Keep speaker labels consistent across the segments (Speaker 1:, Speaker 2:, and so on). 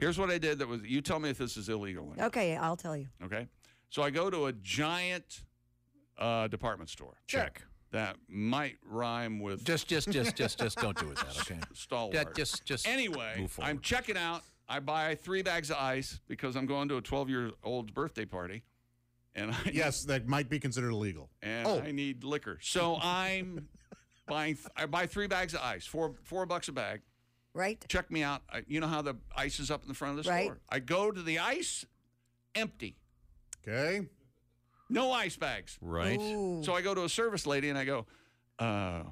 Speaker 1: Here's what I did that was, you tell me if this is illegal or not.
Speaker 2: Okay, I'll tell you.
Speaker 1: Okay. So I go to a giant uh, department store
Speaker 3: Check.
Speaker 1: that might rhyme with
Speaker 3: Just, just, just, just, just don't do it that, okay?
Speaker 1: stalwart.
Speaker 3: That just, just.
Speaker 1: anyway,
Speaker 3: move forward.
Speaker 1: I'm checking out. I buy three bags of ice because I'm going to a 12 year old's birthday party, and I
Speaker 4: Yes, that might be considered illegal.
Speaker 1: and
Speaker 3: Oh.
Speaker 1: I need liquor. So I'm buying. Th- I buy three bags of ice, four four bucks a bag.
Speaker 2: Right?
Speaker 1: Check me out. I, you know how the ice is up in the front of the
Speaker 2: Right.
Speaker 1: store. I go to the ice, empty,
Speaker 4: Okay.
Speaker 1: no ice bags.
Speaker 3: Right.
Speaker 1: So I go to a service lady and I go, uh,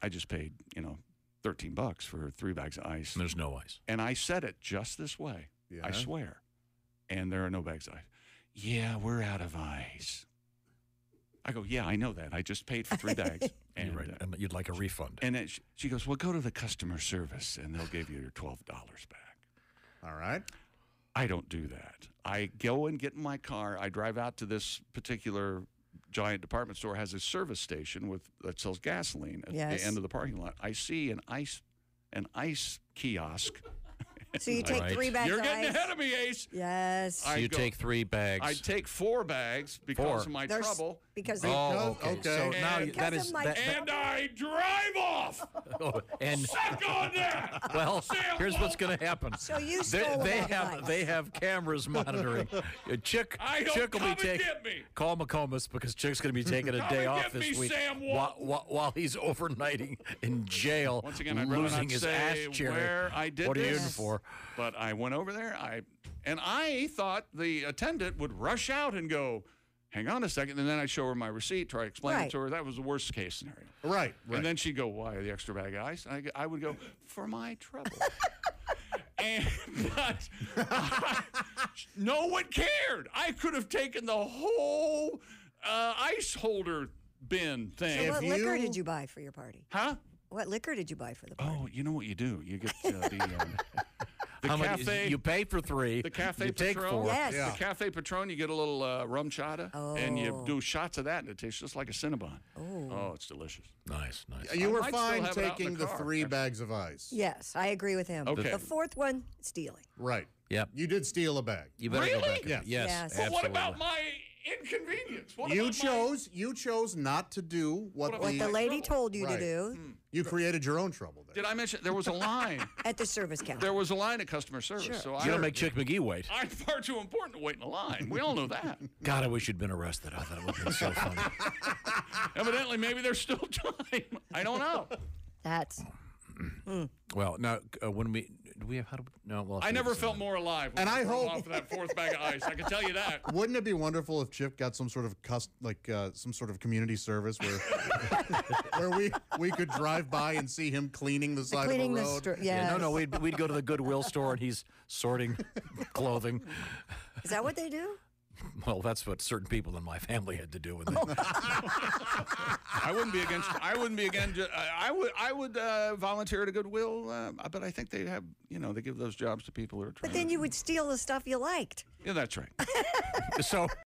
Speaker 1: I just paid you know 13 bucks for three bags of ice.
Speaker 3: There's no ice.
Speaker 1: And I said it just this way.
Speaker 4: Yeah.
Speaker 1: I swear. And there are no bags of ice. Yeah, we're out of ice. I go, yeah, I know that. I just paid for three bags. And,
Speaker 3: You're right.
Speaker 1: uh,
Speaker 3: And You'd like a refund.
Speaker 1: and then she, she goes, well, go to the customer service and they'll give you your $12 back.
Speaker 4: All right.
Speaker 1: I don't do that. I go and get in my car. I drive out to this particular giant department store has a service station with that sells gasoline at
Speaker 2: Yes.
Speaker 1: the end of the parking lot. I see an ice an ice kiosk.
Speaker 2: So you take
Speaker 3: Right.
Speaker 2: three bags
Speaker 1: You're
Speaker 2: of
Speaker 1: getting
Speaker 2: ice.
Speaker 1: ahead of me, Ace.
Speaker 2: Yes.
Speaker 1: I
Speaker 3: you
Speaker 1: go-
Speaker 3: take three bags.
Speaker 1: I take four bags because
Speaker 3: Four.
Speaker 1: of my
Speaker 2: There's-
Speaker 1: trouble,
Speaker 2: Because
Speaker 3: oh,
Speaker 4: Because-
Speaker 3: okay. So
Speaker 4: okay.
Speaker 3: now
Speaker 1: And-
Speaker 3: you- that
Speaker 2: Because
Speaker 3: is
Speaker 2: of my-
Speaker 3: that. that
Speaker 1: and I drive off.
Speaker 3: oh, and
Speaker 1: Suck on that.
Speaker 3: well,
Speaker 1: Sam
Speaker 3: here's what's going to happen.
Speaker 2: so you
Speaker 3: They,
Speaker 2: stole
Speaker 3: they
Speaker 2: that
Speaker 3: have
Speaker 2: ice.
Speaker 3: they have cameras monitoring. Uh, Chick
Speaker 1: I hope
Speaker 3: Chick
Speaker 1: come
Speaker 3: will be
Speaker 1: and
Speaker 3: taking
Speaker 1: get me.
Speaker 3: call McComas because Chick's going to be taking a
Speaker 1: Come
Speaker 3: day
Speaker 1: and
Speaker 3: off
Speaker 1: get
Speaker 3: this
Speaker 1: me,
Speaker 3: week
Speaker 1: Sam
Speaker 3: while,
Speaker 1: Walton.
Speaker 3: while, while he's overnighting in jail,
Speaker 1: Once again, I'd rather
Speaker 3: losing
Speaker 1: not
Speaker 3: his
Speaker 1: say
Speaker 3: ass cherry.
Speaker 1: where I did
Speaker 3: what are you
Speaker 1: this.
Speaker 3: in for?
Speaker 1: But I went over there. I and I thought the attendant would rush out and go, "Hang on a second. and then I'd show her my receipt, try to explain
Speaker 2: Right.
Speaker 1: it to her. That was the worst case scenario.
Speaker 4: Right. Right.
Speaker 1: And then she'd go, "Why the extra bag of ice?" And I, go- I would go, "For my trouble." and but no one cared. I could have taken the whole uh, ice holder bin
Speaker 2: So
Speaker 1: thing,
Speaker 2: what
Speaker 4: if
Speaker 2: liquor
Speaker 4: you-
Speaker 2: did you buy for your party?
Speaker 1: huh?
Speaker 2: What liquor did you buy for the party?
Speaker 1: Oh, you know what you do? You get uh, the um, the
Speaker 3: How
Speaker 1: cafe.
Speaker 3: many? You pay for three.
Speaker 1: the cafe
Speaker 3: You take
Speaker 1: Patron.
Speaker 3: four.
Speaker 2: Yes.
Speaker 4: Yeah.
Speaker 1: The cafe Patron. You get a little uh, rum chata, and
Speaker 4: Oh.
Speaker 1: you do shots of that, and it tastes just like a Cinnabon. Oh, it's delicious.
Speaker 3: Nice, nice.
Speaker 4: Uh, you
Speaker 1: I
Speaker 4: were
Speaker 1: might still
Speaker 4: fine
Speaker 1: have it out in
Speaker 4: taking
Speaker 1: the
Speaker 4: the,
Speaker 1: car,
Speaker 4: three
Speaker 1: actually.
Speaker 4: bags of ice.
Speaker 2: Yes, I agree with him.
Speaker 1: Okay.
Speaker 2: The fourth one, stealing.
Speaker 4: Right.
Speaker 3: Yep.
Speaker 4: You did steal a bag.
Speaker 3: You better go
Speaker 1: Really?
Speaker 3: back. and-
Speaker 4: Yes.
Speaker 3: Yes.
Speaker 2: Yes.
Speaker 1: But what
Speaker 3: absolutely.
Speaker 1: about my inconvenience? What
Speaker 4: You
Speaker 1: about my-
Speaker 4: chose you chose not to do
Speaker 1: What
Speaker 4: what, the,
Speaker 2: What the
Speaker 1: Like
Speaker 2: lady
Speaker 1: trouble.
Speaker 2: told you
Speaker 4: Right. Hmm.
Speaker 2: to do
Speaker 4: you created your own trouble there.
Speaker 1: Did I mention there was a line?
Speaker 2: at the service counter.
Speaker 1: there was a line at customer service. So I
Speaker 3: You don't make Chick McGee wait.
Speaker 1: I'm far too important to wait in a line. We all know that.
Speaker 3: God, I wish you'd been arrested. I thought it would have been so funny.
Speaker 1: Evidently, maybe there's still time. I don't know.
Speaker 2: That's
Speaker 3: Well, now uh, when we do we have how do we, no? Well, uh,
Speaker 1: I never felt more alive. when
Speaker 4: And I
Speaker 1: went
Speaker 4: hope-
Speaker 1: off that fourth bag of ice. I can tell you that.
Speaker 4: Wouldn't it be wonderful if Chip got some sort of cust- like uh, some sort of community service where where we we could drive by and see him cleaning the side
Speaker 2: cleaning
Speaker 4: of the
Speaker 2: the
Speaker 4: road?
Speaker 2: store. Yes.
Speaker 3: Yeah, no, no, we'd we'd go to the Goodwill store and he's sorting clothing.
Speaker 2: Is that what they do?
Speaker 3: Well, that's what certain people in my family had to do with it.
Speaker 1: I wouldn't be against. I wouldn't be against. uh, I I would. I would uh, volunteer at a Goodwill, uh, but I think they have. You know, they give those jobs to people who are. Trying
Speaker 2: But then you would steal the stuff you liked.
Speaker 1: Yeah, that's right.
Speaker 3: So